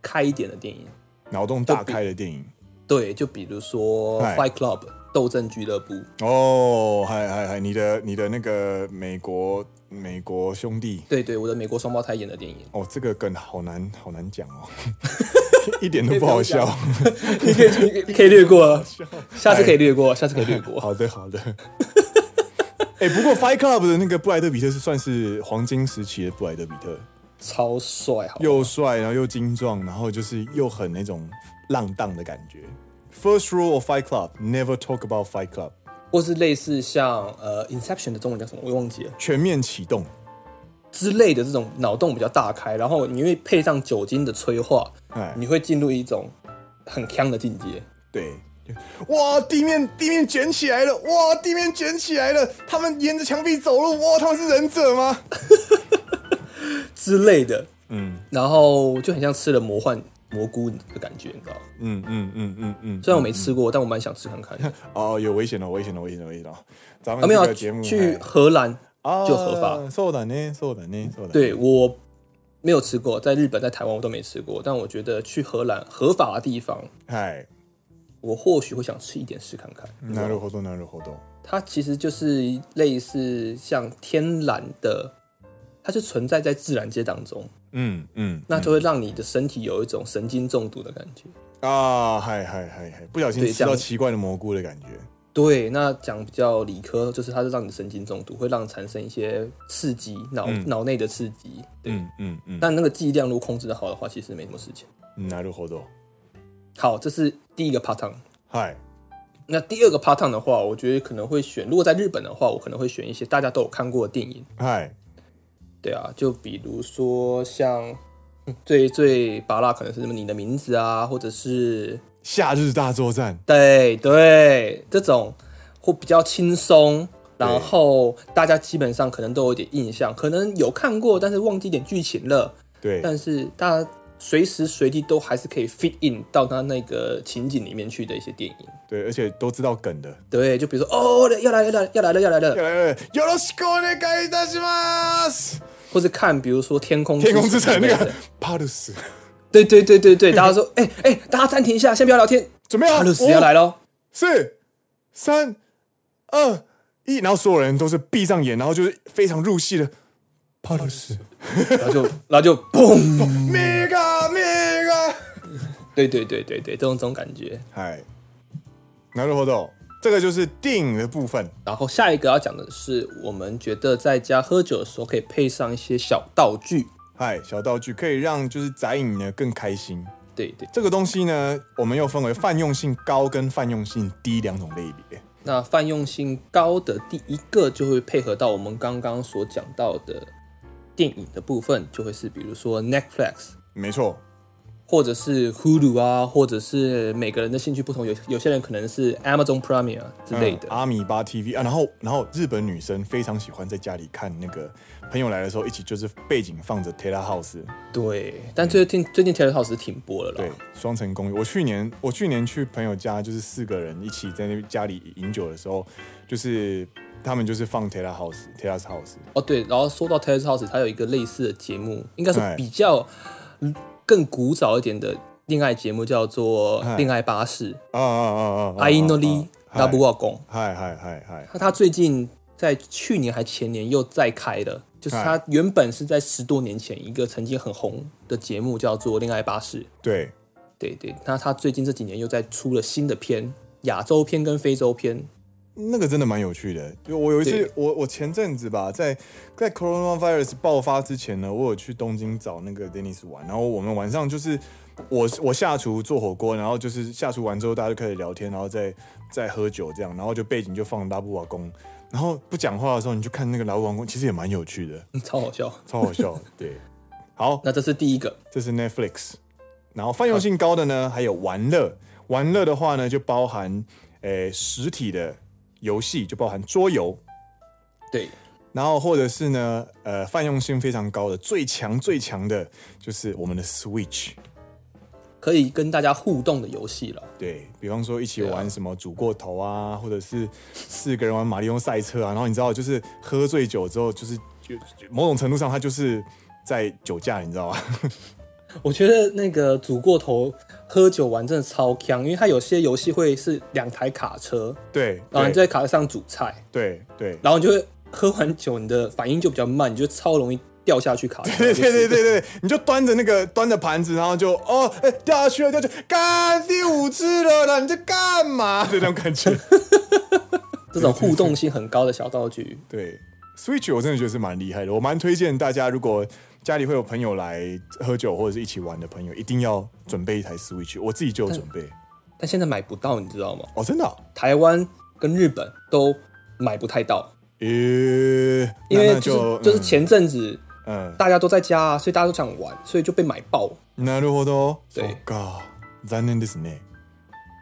Speaker 2: 开一点的电影。
Speaker 1: 脑洞大开的电影
Speaker 2: 对，就比如说《
Speaker 1: 嗨
Speaker 2: Fight Club》斗争俱乐部，
Speaker 1: 哦，嗨嗨嗨，你的你的那个美国美国兄弟
Speaker 2: 对对，我的美国双胞胎演的电影，
Speaker 1: 哦，这个梗好难好难讲哦， 一点都不好笑。
Speaker 2: 你 可以你可以略过了，下次可以略过，下次可以略 过。
Speaker 1: 好的好的。 哎、不过《Fight Club》的那个布莱德比特是算是黄金时期的布莱德比特，
Speaker 2: 超帅，好，
Speaker 1: 又帅，然后又精壮，然后就是又很那种浪荡的感觉。First rule of Fight Club: Never talk about Fight Club。
Speaker 2: 或是类似像呃《Inception》的中文叫什么，我忘记了
Speaker 1: 全面启动，
Speaker 2: 之类的这种脑洞比较大开，然后你会配上酒精的催化，
Speaker 1: 哎，
Speaker 2: 你会进入一种很强的境界。
Speaker 1: 对，哇，地面地面卷起来了，哇，地面卷起来了，他们沿着墙壁走路，哇，他们是忍者吗？
Speaker 2: 之类的，
Speaker 1: 嗯，
Speaker 2: 然后就很像吃了魔幻蘑菇的感觉，你知道吗？
Speaker 1: 嗯嗯嗯嗯嗯，
Speaker 2: 虽然我没吃过，但我蛮想吃看 看的。啊，
Speaker 1: 哦，有危险了，危险了，危险了，危险了，咱们这
Speaker 2: 没有啊
Speaker 1: 个节目哎啊
Speaker 2: 去荷兰就合法，
Speaker 1: 法，そうだね、そうだね、そうだね。
Speaker 2: 对我没有吃过，在日本、在台湾我都没吃过，但我觉得去荷兰合法的地方，
Speaker 1: 嗨，
Speaker 2: 我或许会想吃一点试看看。
Speaker 1: なるほど、なるほど。
Speaker 2: 它其实就是类似像天然的，它就存在在自然界当中，
Speaker 1: 嗯嗯，
Speaker 2: 那就会让你的身体有一种神经中毒的感觉。
Speaker 1: 啊，嗨嗨嗨嗨，不小心
Speaker 2: 对
Speaker 1: 吃
Speaker 2: 这
Speaker 1: 到
Speaker 2: 样
Speaker 1: 奇怪的蘑菇的感觉。
Speaker 2: 对，那讲比较理科，就是它是让你神经中毒，会让你产生一些刺激，脑脑内的刺激。对，
Speaker 1: 嗯嗯嗯，
Speaker 2: 但那个剂量如果控制的好的话，其实没什么事情。
Speaker 1: なるほど。
Speaker 2: 好，这是第一个 pattern。
Speaker 1: 嗨，
Speaker 2: 那第二个 pattern 的话，我觉得可能会选，如果在日本的话，我可能会选一些大家都有看过的电影。
Speaker 1: 嗨，
Speaker 2: 对啊，就比如说像嗯最最拔辣可能是什么你的名字啊，或者是
Speaker 1: 夏日大作战。
Speaker 2: 对对这种或比较轻松，然后大家基本上可能都有点印象，可能有看过，但是忘记一点剧情了，
Speaker 1: 对，
Speaker 2: 但是大家。随时随地都还是可以 fit in 到他那个情景里面去的一些电影，
Speaker 1: 对，而且都知道梗的。
Speaker 2: 对，就比如说哦，要来了，要来了，要来了，要来了，
Speaker 1: 来来来，よろしくお願いいたします。
Speaker 2: 或是看，比如说《天空
Speaker 1: 天空之城那
Speaker 2: 之类的
Speaker 1: 个帕鲁斯，
Speaker 2: 对对对对对，大家说，哎哎、大家暂停一
Speaker 1: 哦
Speaker 2: 下，先不要聊天，
Speaker 1: 准备好，
Speaker 2: 阿鲁斯要来
Speaker 1: 了，
Speaker 2: 喽。
Speaker 1: 四、三、二、一然后所有人都是闭上眼，然后就是非常入戏的。帕鲁斯
Speaker 2: 然后就然后就砰，
Speaker 1: ，mega mega，
Speaker 2: 对对对对对，这种这种感觉。
Speaker 1: 嗨，なるほど，这个就是电影的部分。
Speaker 2: 然后下一个要讲的是，我们觉得在家喝酒的时候可以配上一些小道具。
Speaker 1: 嗨，小道具可以让就是宅饮呢更开心。
Speaker 2: 对对，
Speaker 1: 这个东西呢，我们又分为泛用性高跟泛用性低两种类别。
Speaker 2: 那泛用性高的第一个就会配合到我们刚刚所讲到的电影的部分，就会是比如说 Netflix
Speaker 1: 没错，
Speaker 2: 或者是 Hulu 啊，或者是每个人的兴趣不同，有有些人可能是 Amazon Prime 啊之类的。
Speaker 1: 嗯阿米巴 TV 啊，然后然后日本女生非常喜欢在家里看那个朋友来的时候，一起就是背景放着 Tera House，
Speaker 2: 对，但最近最近 t e r r House 是停播了啦。
Speaker 1: 对，双层公寓。我去年我去年去朋友家，就是四个人一起在那边家里饮酒的时候，就是他们就是放 Tera House，Tera House，
Speaker 2: 哦，对，然后说到 Terrace House，它有一个类似的节目，应该是
Speaker 1: 哎
Speaker 2: 比较嗯更古早一点的恋爱节目，叫做
Speaker 1: 哎
Speaker 2: 《恋爱巴士
Speaker 1: 啊啊啊啊》啊，
Speaker 2: 阿伊诺利
Speaker 1: 嗨
Speaker 2: 大布瓦贡。
Speaker 1: 嗨嗨嗨嗨，
Speaker 2: 他他最近在去年还前年又再开了，就是
Speaker 1: 哎
Speaker 2: 他原本是在十多年前一个曾经很红的节目，叫做《恋爱巴士》。
Speaker 1: 对，
Speaker 2: 对对，那他最近这几年又在出了新的片，亚洲片跟非洲片。
Speaker 1: 那个真的蛮有趣的。就我有一次
Speaker 2: 对，
Speaker 1: 我我前阵子吧，在在 coronavirus 爆发之前呢，我有去东京找那个 Dennis 玩，然后我们晚上就是我我下厨做火锅，然后就是下厨完之后大家就开始聊天，然后再再喝酒这样，然后就背景就放拉布瓦宫，然后不讲话的时候你就看那个拉布瓦宫，其实也蛮有趣的，
Speaker 2: 嗯超好笑。
Speaker 1: 超好笑的。对，好，
Speaker 2: 那这是第一个，
Speaker 1: 这是 Netflix。然后泛用性高的呢，还有玩乐。玩乐的话呢，就包含诶实体的游戏，就包含桌游，
Speaker 2: 对，
Speaker 1: 然后或者是呢，呃，泛用性非常高的，最强最强的就是我们的 Switch。
Speaker 2: 可以跟大家互动的游戏了。
Speaker 1: 对比方说一起
Speaker 2: 对
Speaker 1: 玩什么煮过头啊，或者是四个人玩马里奥赛车啊，然后你知道，就是喝醉酒之后，就是就就某种程度上，他就是在酒驾，你知道吗？
Speaker 2: 我觉得那个煮过头喝酒玩真的超强，因为它有些游戏会是两台卡车，
Speaker 1: 对，
Speaker 2: 然后啊你
Speaker 1: 对
Speaker 2: 在卡车上煮菜，
Speaker 1: 对对，
Speaker 2: 然后你就会喝完酒，你的反应就比较慢，你就超容易掉下去 卡车。
Speaker 1: 对对对
Speaker 2: 就是
Speaker 1: 对对，你就端着那个端着盘子，然后就哦，哎、掉下去了，掉下去了，干第五次了啦，你在干嘛？ 的那种感觉。
Speaker 2: 这种互动性很高的小道具，
Speaker 1: 对，Switch 我真的觉得是蛮厉害的，我蛮推荐大家，如果家里会有朋友来喝酒或者是一起玩的朋友，一定要准备一台 Switch，我自己就有准备。
Speaker 2: 但现在买不到，你知道吗？
Speaker 1: 哦，真的、哦？
Speaker 2: 台湾跟日本都买不太到，
Speaker 1: 咦、那
Speaker 2: 因为
Speaker 1: 那
Speaker 2: 就是
Speaker 1: 就
Speaker 2: 就是前阵子
Speaker 1: 嗯，
Speaker 2: 大家都在家啊，所以大家都想玩，所以就被买爆。
Speaker 1: なるほど。
Speaker 2: 对
Speaker 1: そうか残念ですね。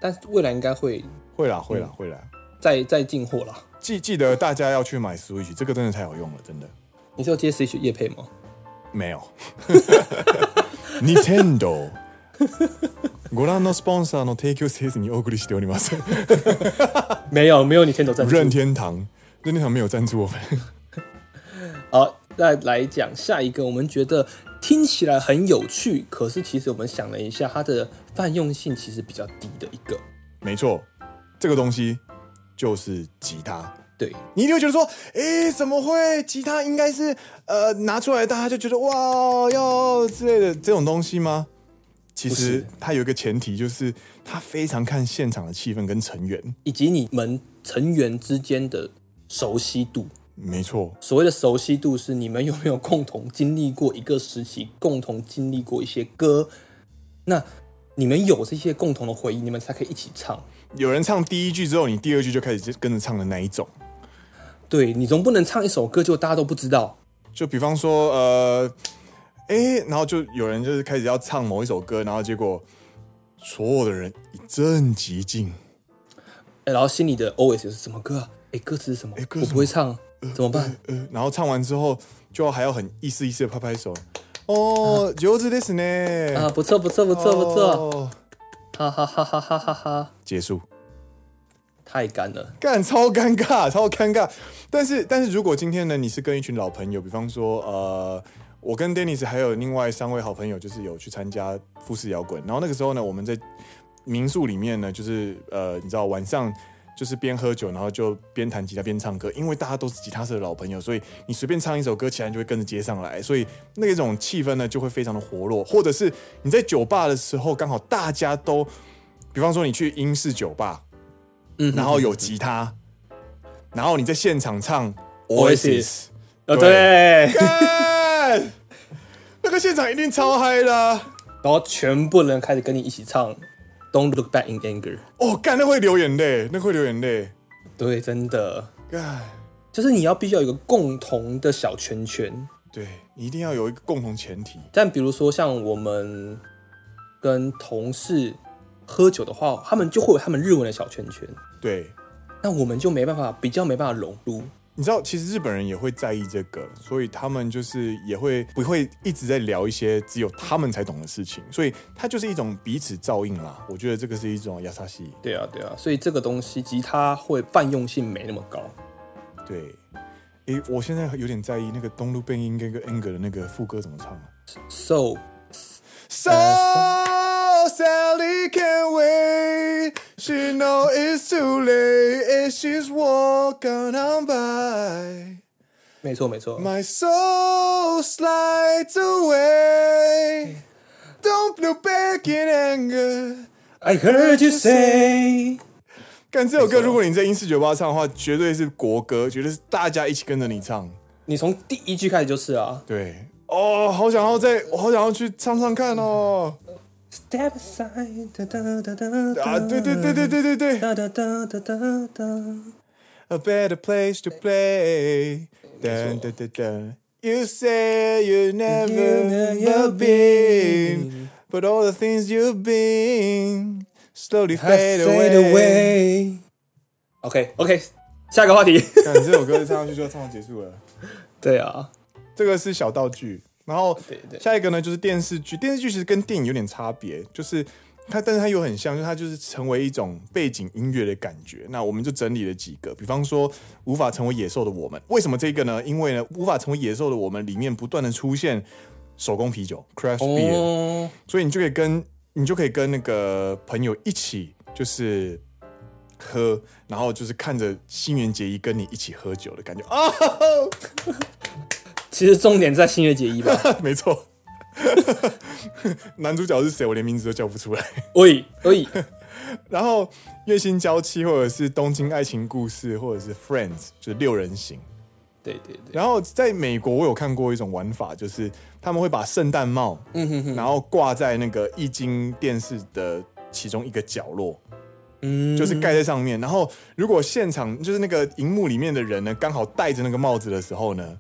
Speaker 2: 但是未来应该会
Speaker 1: 会啦，会啦，
Speaker 2: 嗯
Speaker 1: 会啦。
Speaker 2: 再再进货啦。
Speaker 1: 记记得大家要去买 Switch，这个真的太好用了，真的。
Speaker 2: 你是要接 Switch 叶配吗？
Speaker 1: 没有。Nintendo。ご覧のスポンサーの提供せずにお送りしており ます。
Speaker 2: 没有没有，你天走赞助。
Speaker 1: 任天堂，任天堂没有赞助我们。
Speaker 2: 好，再呃来讲下一个，我们觉得听起来很有趣，可是其实我们想了一下，它的泛用性其实比较低的一个。
Speaker 1: 没错，这个东西就是吉他。
Speaker 2: 对，
Speaker 1: 你一定会觉得说，诶，怎么会？吉他应该是呃拿出来，大家就觉得哇要之类的这种东西吗？其
Speaker 2: 不
Speaker 1: 实
Speaker 2: 是
Speaker 1: 它有一个前提，就是它非常看现场的气氛跟成员。
Speaker 2: 以及你们成员之间的熟悉度。
Speaker 1: 没错，
Speaker 2: 所谓的熟悉度是你们有没有共同经历过一个时期，共同经历过一些歌，那你们有这些共同的回忆，你们才可以一起唱。
Speaker 1: 有人唱第一句之后，你第二句就开始跟着唱的那一种。
Speaker 2: 对你总不能唱一首歌就大家都不知道，
Speaker 1: 就比方说，呃，诶，然后就有人就是开始要唱某一首歌，然后结果所有的人一阵寂静。
Speaker 2: 哎然后心里的 OS 是什么歌啊？哎，歌词是什么？
Speaker 1: 歌
Speaker 2: 我
Speaker 1: 是什
Speaker 2: 不会唱，怎么办？
Speaker 1: 呃，然后唱完之后，就还要很意思意思的拍拍手。 哦，上手ですね。
Speaker 2: 啊，不错不错不错不错，
Speaker 1: 哦
Speaker 2: 哈哈哈哈哈哈哈！
Speaker 1: 结束。
Speaker 2: 太干了，
Speaker 1: 干超尴尬，超尴尬。但是，但是如果今天呢，你是跟一群老朋友，比方说，呃，我跟 Dennis 还有另外三位好朋友，就是有去参加富士摇滚，然后那个时候呢，我们在民宿里面呢，就是呃，你知道晚上就是边喝酒，然后就边弹吉他边唱歌，因为大家都是吉他社的老朋友，所以你随便唱一首歌，其他人就会跟着接上来，所以那种气氛呢就会非常的活络。或者是你在酒吧的时候，刚好大家都，比方说你去英式酒吧，
Speaker 2: 嗯
Speaker 1: 然后有吉他，然后你在现场唱
Speaker 2: Oasis
Speaker 1: Oasis，
Speaker 2: 哦
Speaker 1: 对
Speaker 2: 对，
Speaker 1: 干那个现场一定超嗨的啊、
Speaker 2: 然后全部人开始跟你一起唱《Don't Look Back in Anger》，
Speaker 1: 哦，干，那会流眼泪，那会流眼泪。
Speaker 2: 对，真的
Speaker 1: 干，
Speaker 2: 就是你要必须要有一个共同的小圈圈，
Speaker 1: 对你一定要有一个共同前提。
Speaker 2: 但比如说像我们跟同事喝酒的话，他们就会有他们日文的小圈圈，
Speaker 1: 对，
Speaker 2: 那我们就没办法，比较没办法融入。
Speaker 1: 你知道，其实日本人也会在意这个，所以他们就是也会不会一直在聊一些只有他们才懂的事情，所以它就是一种彼此照应啦。我觉得这个是一种亚萨西。
Speaker 2: 对啊，对啊，所以这个东西吉他会泛用性没那么高。
Speaker 1: 对，诶，我现在有点在意那个东路变音跟个 anger 的那个副歌怎么唱啊
Speaker 2: So
Speaker 1: So Sally can wait. She know it's too late, and she's walking on by.
Speaker 2: 没错没错，
Speaker 1: My soul slides away. Don't look back in anger.
Speaker 2: I heard you say，
Speaker 1: 干这首歌，如果你在英式酒吧唱的话，绝对是国歌，绝对是大家一起跟着你唱。
Speaker 2: 你从第一句开始就是啊
Speaker 1: 对，哦，好想要在，我好想要去唱唱看哦。
Speaker 2: ，Step aside，哒哒哒哒哒
Speaker 1: 啊，对对对对对对对。
Speaker 2: 哒哒哒哒哒哒，
Speaker 1: a better place to play. Dun, dun, dun, dun. You say you never have been, but all the things you've been slowly fade away.
Speaker 2: OK OK，下个话 题。
Speaker 1: 看这首歌唱上去就唱到结束了，
Speaker 2: 对啊，
Speaker 1: 这个是小道具。然后
Speaker 2: 对对
Speaker 1: 下一个呢，就是电视剧。电视剧其实跟电影有点差别，就是它，但是它又很像，就是它就是成为一种背景音乐的感觉。那我们就整理了几个，比方说《无法成为野兽的我们》，为什么这个呢？因为呢，《无法成为野兽的我们》里面不断的出现手工啤酒 （craft beer），、
Speaker 2: 哦，
Speaker 1: 所以你就可以跟你就可以跟那个朋友一起，就是喝，然后就是看着新垣结衣跟你一起喝酒的感觉啊，
Speaker 2: 其实重点在新月结衣吧。
Speaker 1: 没错。男主角是谁？我连名字都叫不出来。
Speaker 2: 喂喂，
Speaker 1: 然后《月薪娇妻》或者是《东京爱情故事》或者是《Friends》，就是六人行。
Speaker 2: 对对对，
Speaker 1: 然后在美国，我有看过一种玩法，就是他们会把圣诞帽，
Speaker 2: 嗯
Speaker 1: 然后挂在那个液晶电视的其中一个角落，
Speaker 2: 嗯，
Speaker 1: 就是盖在上面。然后如果现场就是那个荧幕里面的人呢，刚好戴着那个帽子的时候呢，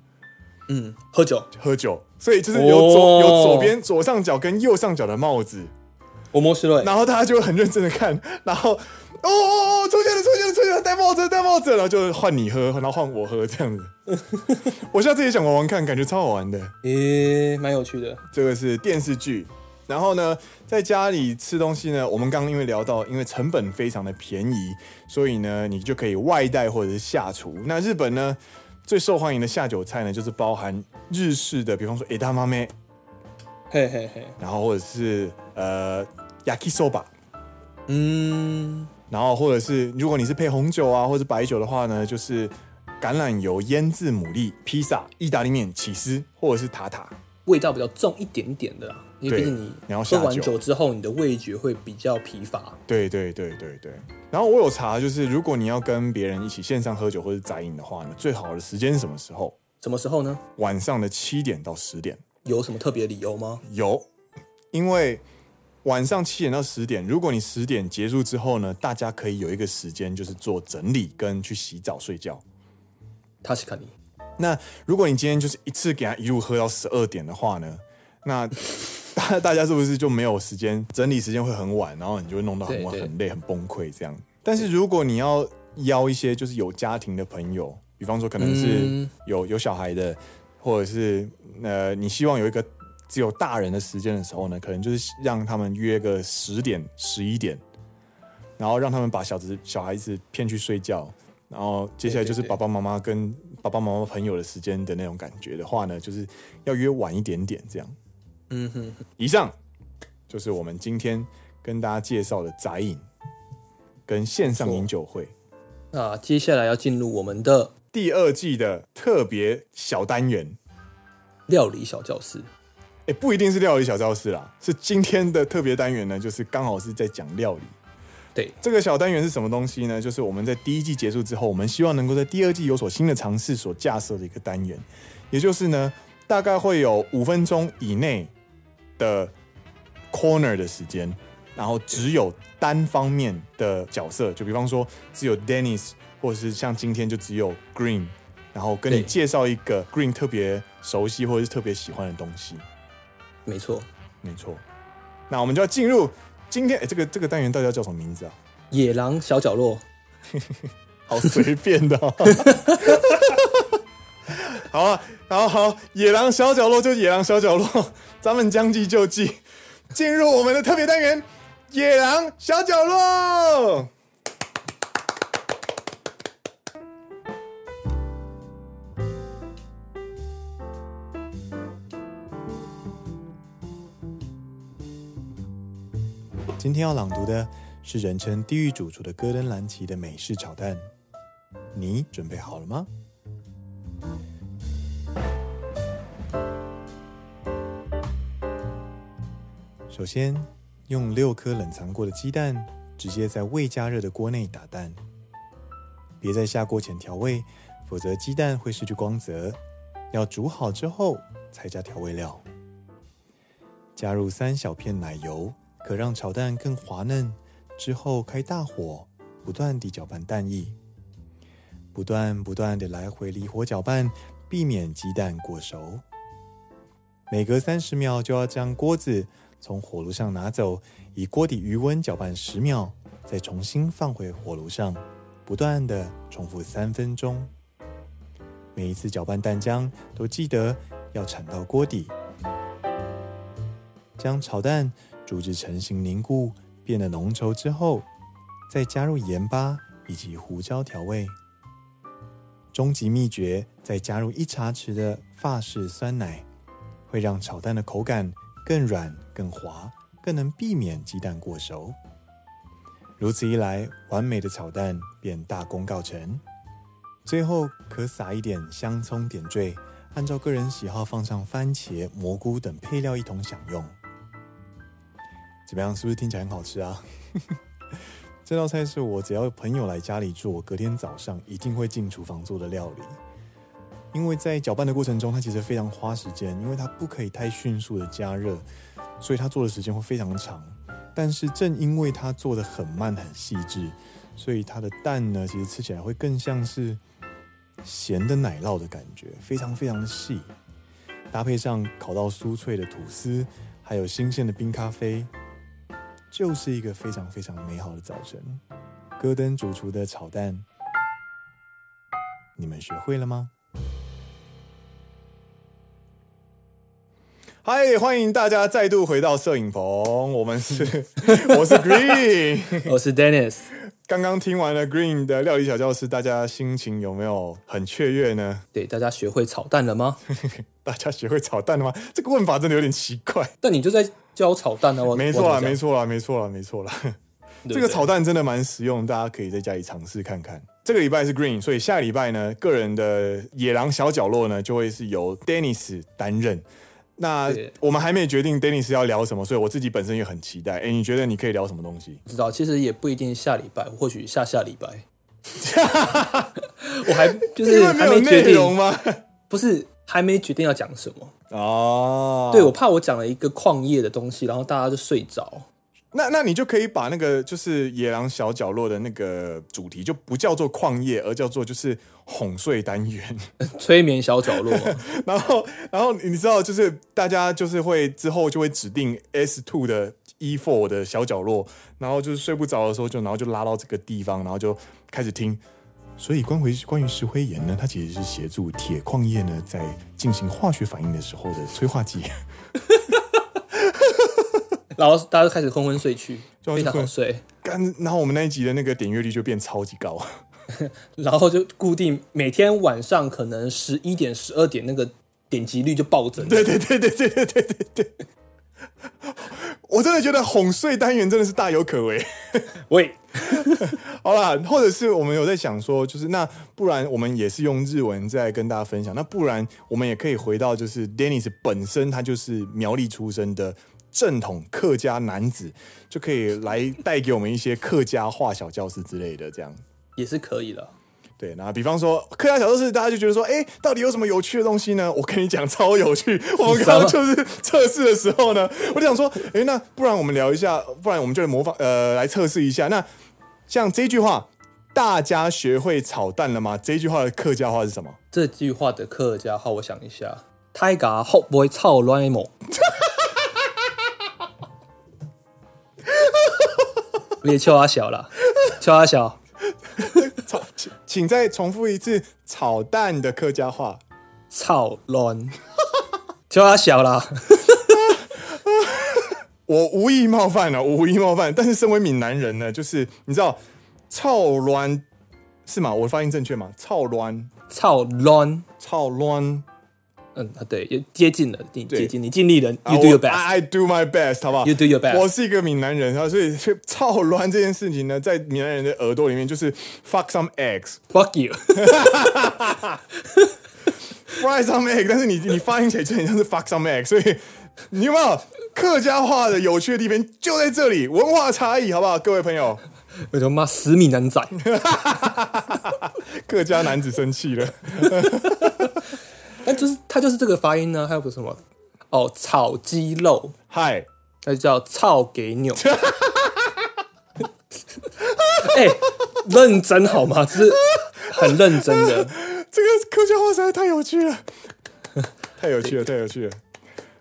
Speaker 2: 嗯，喝酒，
Speaker 1: 喝酒，所以就是有左、
Speaker 2: 哦
Speaker 1: 有左边左上角跟右上角的帽子，
Speaker 2: 我摸失了。
Speaker 1: 然后大家就很认真的看，然后哦哦哦，出现了出现了出现了，戴帽子戴帽子，然后就换你喝，然后换我喝这样子。 我下次也想玩玩看，感觉超好玩的。
Speaker 2: 诶、蛮有趣的。
Speaker 1: 这个是电视剧。然后呢，在家里吃东西呢，我们刚刚因为聊到，因为成本非常的便宜，所以呢，你就可以外带或者是下厨。那日本呢，最受欢迎的下酒菜呢，就是包含日式的，比方说 edamame，
Speaker 2: 嘿嘿嘿，
Speaker 1: 然后或者是呃 yakisoba，
Speaker 2: 嗯，
Speaker 1: 然后或者是如果你是配红酒啊或者白酒的话呢，就是橄榄油腌制牡蛎、披萨、意大利面、起司或者是塔塔。
Speaker 2: 味道比较重一点点的啦，因为
Speaker 1: 对
Speaker 2: 毕竟
Speaker 1: 你要
Speaker 2: 你
Speaker 1: 下
Speaker 2: 喝
Speaker 1: 酒
Speaker 2: 完酒之后，你的味觉会比较疲乏。
Speaker 1: 对对对对对。然后我有查，就是如果你要跟别人一起线上喝酒或者宅饮的话呢，最好的时间是什么时候？
Speaker 2: 什么时候呢？
Speaker 1: 晚上的七点到十点。
Speaker 2: 有什么特别理由吗？
Speaker 1: 有，因为晚上七点到十点，如果你十点结束之后呢，大家可以有一个时间就是做整理跟去洗澡睡觉。
Speaker 2: 他是看你
Speaker 1: 那如果你今天就是一次给他一路喝到十二点的话呢，那 大大家是不是就没有时间整理时间会很晚，然后你就会弄到很晚、
Speaker 2: 对对
Speaker 1: 很累、很崩溃这样？但是如果你要邀一些就是有家庭的朋友，比方说可能是
Speaker 2: 嗯
Speaker 1: 有、有小孩的，或者是呃你希望有一个只有大人的时间的时候呢，可能就是让他们约个十点、十一点，然后让他们把小子小孩子骗去睡觉，然后接下来就是
Speaker 2: 对对对
Speaker 1: 爸爸妈妈跟爸爸妈妈朋友的时间的那种感觉的话呢，就是要约晚一点点这样。
Speaker 2: 嗯哼，
Speaker 1: 以上就是我们今天跟大家介绍的宅饮跟线上饮酒会。
Speaker 2: 那接下来要进入我们的
Speaker 1: 第二季的特别小单元，
Speaker 2: 料理小教室。
Speaker 1: 哎，不一定是料理小教室啦，是今天的特别单元呢，就是刚好是在讲料理。
Speaker 2: 对，
Speaker 1: 这个小单元是什么东西呢？就是我们在第一季结束之后，我们希望能够在第二季有所新的尝试所架设的一个单元，也就是呢，大概会有五分钟以内的 corner 的时间，然后只有单方面的角色，就比方说只有 Dennis，或者是像今天就只有 Green，然后跟你
Speaker 2: 对
Speaker 1: 介绍一个 Green 特别熟悉或者是特别喜欢的东西。
Speaker 2: 没错，
Speaker 1: 没错，那我们就要进入今天、诶这个这个单元到底要叫什么名字啊？
Speaker 2: 野狼小 角落。
Speaker 1: 好随便的、哦。 好啊，好好，野狼小角落就野狼小角落，咱们将计就计，进入我们的特别单元——野狼小角落。今天要朗读的是人称“地狱主厨”的戈登·兰奇的美式炒蛋，你准备好了吗？首先，用六颗冷藏过的鸡蛋直接在未加热的锅内打蛋，别在下锅前调味，否则鸡蛋会失去光泽。要煮好之后才加调味料。加入三小片奶油，可让炒蛋更滑嫩。之后开大火，不断地搅拌蛋液，不断不断地来回离火搅拌，避免鸡蛋过熟。每隔三十秒就要将锅子从火炉上拿走，以锅底余温搅拌十秒，再重新放回火炉上，不断地重复三分钟。每一次搅拌蛋浆都记得要铲到锅底，将炒蛋煮至成型凝固，变得浓稠之后，再加入盐巴以及胡椒调味。终极秘诀，再加入一茶匙的法式酸奶，会让炒蛋的口感更软、更滑，更能避免鸡蛋过熟。如此一来，完美的炒蛋便大功告成。最后可撒一点香葱点缀，按照个人喜好放上番茄、蘑菇等配料一同享用。怎么样？是不是听起来很好吃啊？这道菜是我只要有朋友来家里住，我隔天早上一定会进厨房做的料理。因为在搅拌的过程中，它其实非常花时间，因为它不可以太迅速的加热，所以它做的时间会非常长。但是正因为它做的很慢很细致，所以它的蛋呢，其实吃起来会更像是咸的奶酪的感觉，非常非常的细。搭配上烤到酥脆的吐司，还有新鲜的冰咖啡，就是一个非常非常美好的早晨。戈登主厨的炒蛋，你们学会了吗？嗨，欢迎大家再度回到摄影棚，我们 是，我是 Green。
Speaker 2: 我是 Dennis，
Speaker 1: 刚刚听完了 Green 的料理小教室，大家心情有没有很雀跃呢？
Speaker 2: 对大家学会炒蛋了吗？
Speaker 1: 大家学会炒蛋了吗？这个问法真的有点奇怪。
Speaker 2: 但你就在教炒蛋啊，我
Speaker 1: 没错啦，没
Speaker 2: 错，
Speaker 1: 错啦，没错啦，没错啦。
Speaker 2: 对
Speaker 1: 这个炒蛋真的蛮实用，大家可以在家里尝试看看。这个礼拜是 Green，所以下礼拜呢，个人的野狼小角落呢，就会是由 Dennis 担任。那
Speaker 2: 对
Speaker 1: 我们还没决定 Dennis 要聊什么，所以我自己本身也很期待。哎，你觉得你可以聊什么东西？
Speaker 2: 不知道，其实也不一定下礼拜，或许下下礼 拜。我还就是
Speaker 1: 因为没
Speaker 2: 还
Speaker 1: 有
Speaker 2: 没决
Speaker 1: 内容
Speaker 2: 定，
Speaker 1: 吗？
Speaker 2: 不是还没决定要讲什么。
Speaker 1: 哦，
Speaker 2: 对我怕我讲了一个矿业的东西，然后大家就睡着。
Speaker 1: 那那你就可以把那个就是野狼小角落的那个主题，就不叫做矿业，而叫做就是哄睡单元。
Speaker 2: 催眠小角 落嘛，
Speaker 1: 然后，然后你知道，就是大家就是会之后就会指定 S two 的 E four 的小角落，然后就是睡不着的时候就，然后就拉到这个地方，然后就开始听。所以关于关于石灰岩呢，它其实是协助铁矿业呢在进行化学反应的时候的催化剂。
Speaker 2: 然后大家就开始昏昏睡去，
Speaker 1: 就
Speaker 2: 非常好睡。
Speaker 1: 干，然后我们那一集的那个点阅率就变超级高。
Speaker 2: 然后就固定每天晚上可能十一点、十二点那个点击率就暴增。
Speaker 1: 对对对对对对对对对。我真的觉得哄睡单元真的是大有可为。
Speaker 2: 喂，
Speaker 1: 好啦，或者是我们有在想说，就是那不然我们也是用日文在跟大家分享，那不然我们也可以回到就是 Dennis 本身他就是苗栗出生的正统客家男子，就可以来带给我们一些客家话小教室之类的这样。
Speaker 2: 也是可以的。
Speaker 1: 对，那比方说客家小教室，大家就觉得说，哎，到底有什么有趣的东西呢？我跟你讲， 超有趣。我们刚刚就是测试的时候呢，我就想说，哎，那不然我们聊一下，不然我们就来模仿，呃，来测试一下。那像这句话，大家学会炒蛋了吗？这句话的客家话是什么？
Speaker 2: 这句话的客家话，我想一下，泰嘎好不会操乱某。别笑阿小啦，笑阿小，
Speaker 1: 炒，请请再重复一次炒蛋的客家话。
Speaker 2: 操乱，笑阿小啦。
Speaker 1: 我无意冒犯了、我无意冒犯。但是身为闽南人呢，就是你知道，操卵是吗？我发音正确吗？操卵，
Speaker 2: 操乱，
Speaker 1: 操卵。
Speaker 2: 嗯，啊对，也接近了，你
Speaker 1: 对
Speaker 2: 接近，你尽力了
Speaker 1: 啊
Speaker 2: ，You do your
Speaker 1: 我
Speaker 2: best，
Speaker 1: I I do my best，好不好
Speaker 2: You do your best
Speaker 1: 我是一个闽南人，啊，所以所以操卵这件事情呢，在闽南人的耳朵里面就是 fuck some eggs，fry
Speaker 2: fuck you，
Speaker 1: some egg，但是你你发音起来就很像是 fuck some egg，所以你有没有客家话的有趣的地方就在这里，文化差异，好不好，各位朋友？
Speaker 2: 我他妈死米男仔。
Speaker 1: 客家男子生气了，
Speaker 2: 但就是它就是这个发音呢，还有个什么哦，炒鸡肉，
Speaker 1: 嗨，
Speaker 2: 那就叫炒给牛。 哎、认真好吗？就是很认真的。
Speaker 1: 这个客家话实在太有趣了，太有趣了，太有趣了。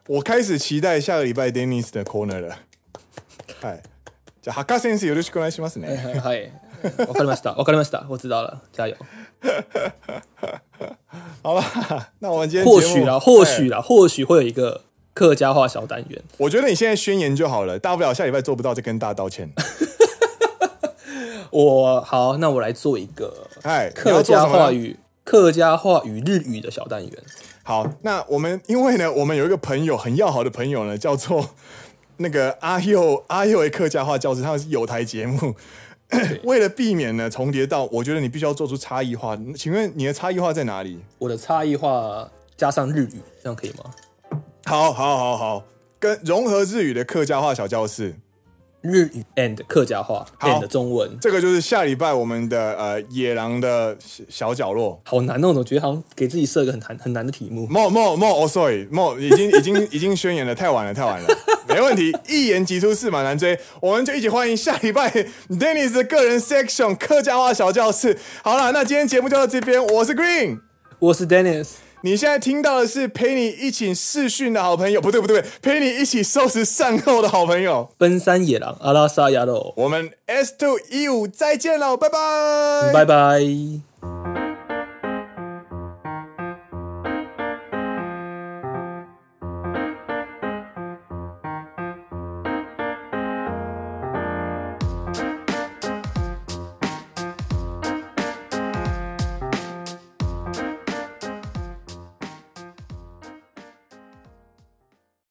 Speaker 1: 我开始期待下个礼拜 Dennis 的 corner 了。嗨，じゃあ博士先生よろしくお願いしますね。
Speaker 2: 嗨，我看到ました，我看到ました，我知道了，加油。
Speaker 1: 好吧，那我们今天
Speaker 2: 或
Speaker 1: 节目
Speaker 2: 许啦，或
Speaker 1: 哎
Speaker 2: 许啦，或许会有一个客家话小单元。
Speaker 1: 我觉得你现在宣言就好了，大不了下礼拜做不到再跟大家道 歉。
Speaker 2: 我好，那我来做一个
Speaker 1: 哎，你要
Speaker 2: 客
Speaker 1: 做
Speaker 2: 家
Speaker 1: 什么呢
Speaker 2: 话与客家话与日语的小单元。
Speaker 1: 好，那我们因为呢，我们有一个朋友很要好的朋友呢，叫做 那个阿佑阿佑的客家话教师，他是有台节目。 为了避免呢重叠到，我觉得你必须要做出差异化。请问你的差异化在哪里？
Speaker 2: 我的差异化加上日语，这样可以吗？
Speaker 1: 好，好，好，好，跟融合日语的客家话小教室，
Speaker 2: 日语 and 客家话
Speaker 1: 好
Speaker 2: and 中文，
Speaker 1: 这个就是下礼拜我们的呃野狼的小小角落。
Speaker 2: 好难哦！我觉得好像给自己设一个很难很难的题目。
Speaker 1: 莫莫莫，哦，sorry，莫已经已 经已经宣言了，太晚了，太晚了， 没问题，一言即出，驷马难追，我们就一起欢迎下礼拜 Dennis 的个人 section 客家话小教室。好了，那今天节目就到这边，我是 Green，
Speaker 2: 我是 Dennis，
Speaker 1: 你现在听到的是陪你一起试训的好朋友，不对不对，陪你一起收拾善后的好朋友，
Speaker 2: 奔山野狼阿拉萨亚肉，
Speaker 1: E 我们 S two 一五再见喽，拜拜，
Speaker 2: 拜拜。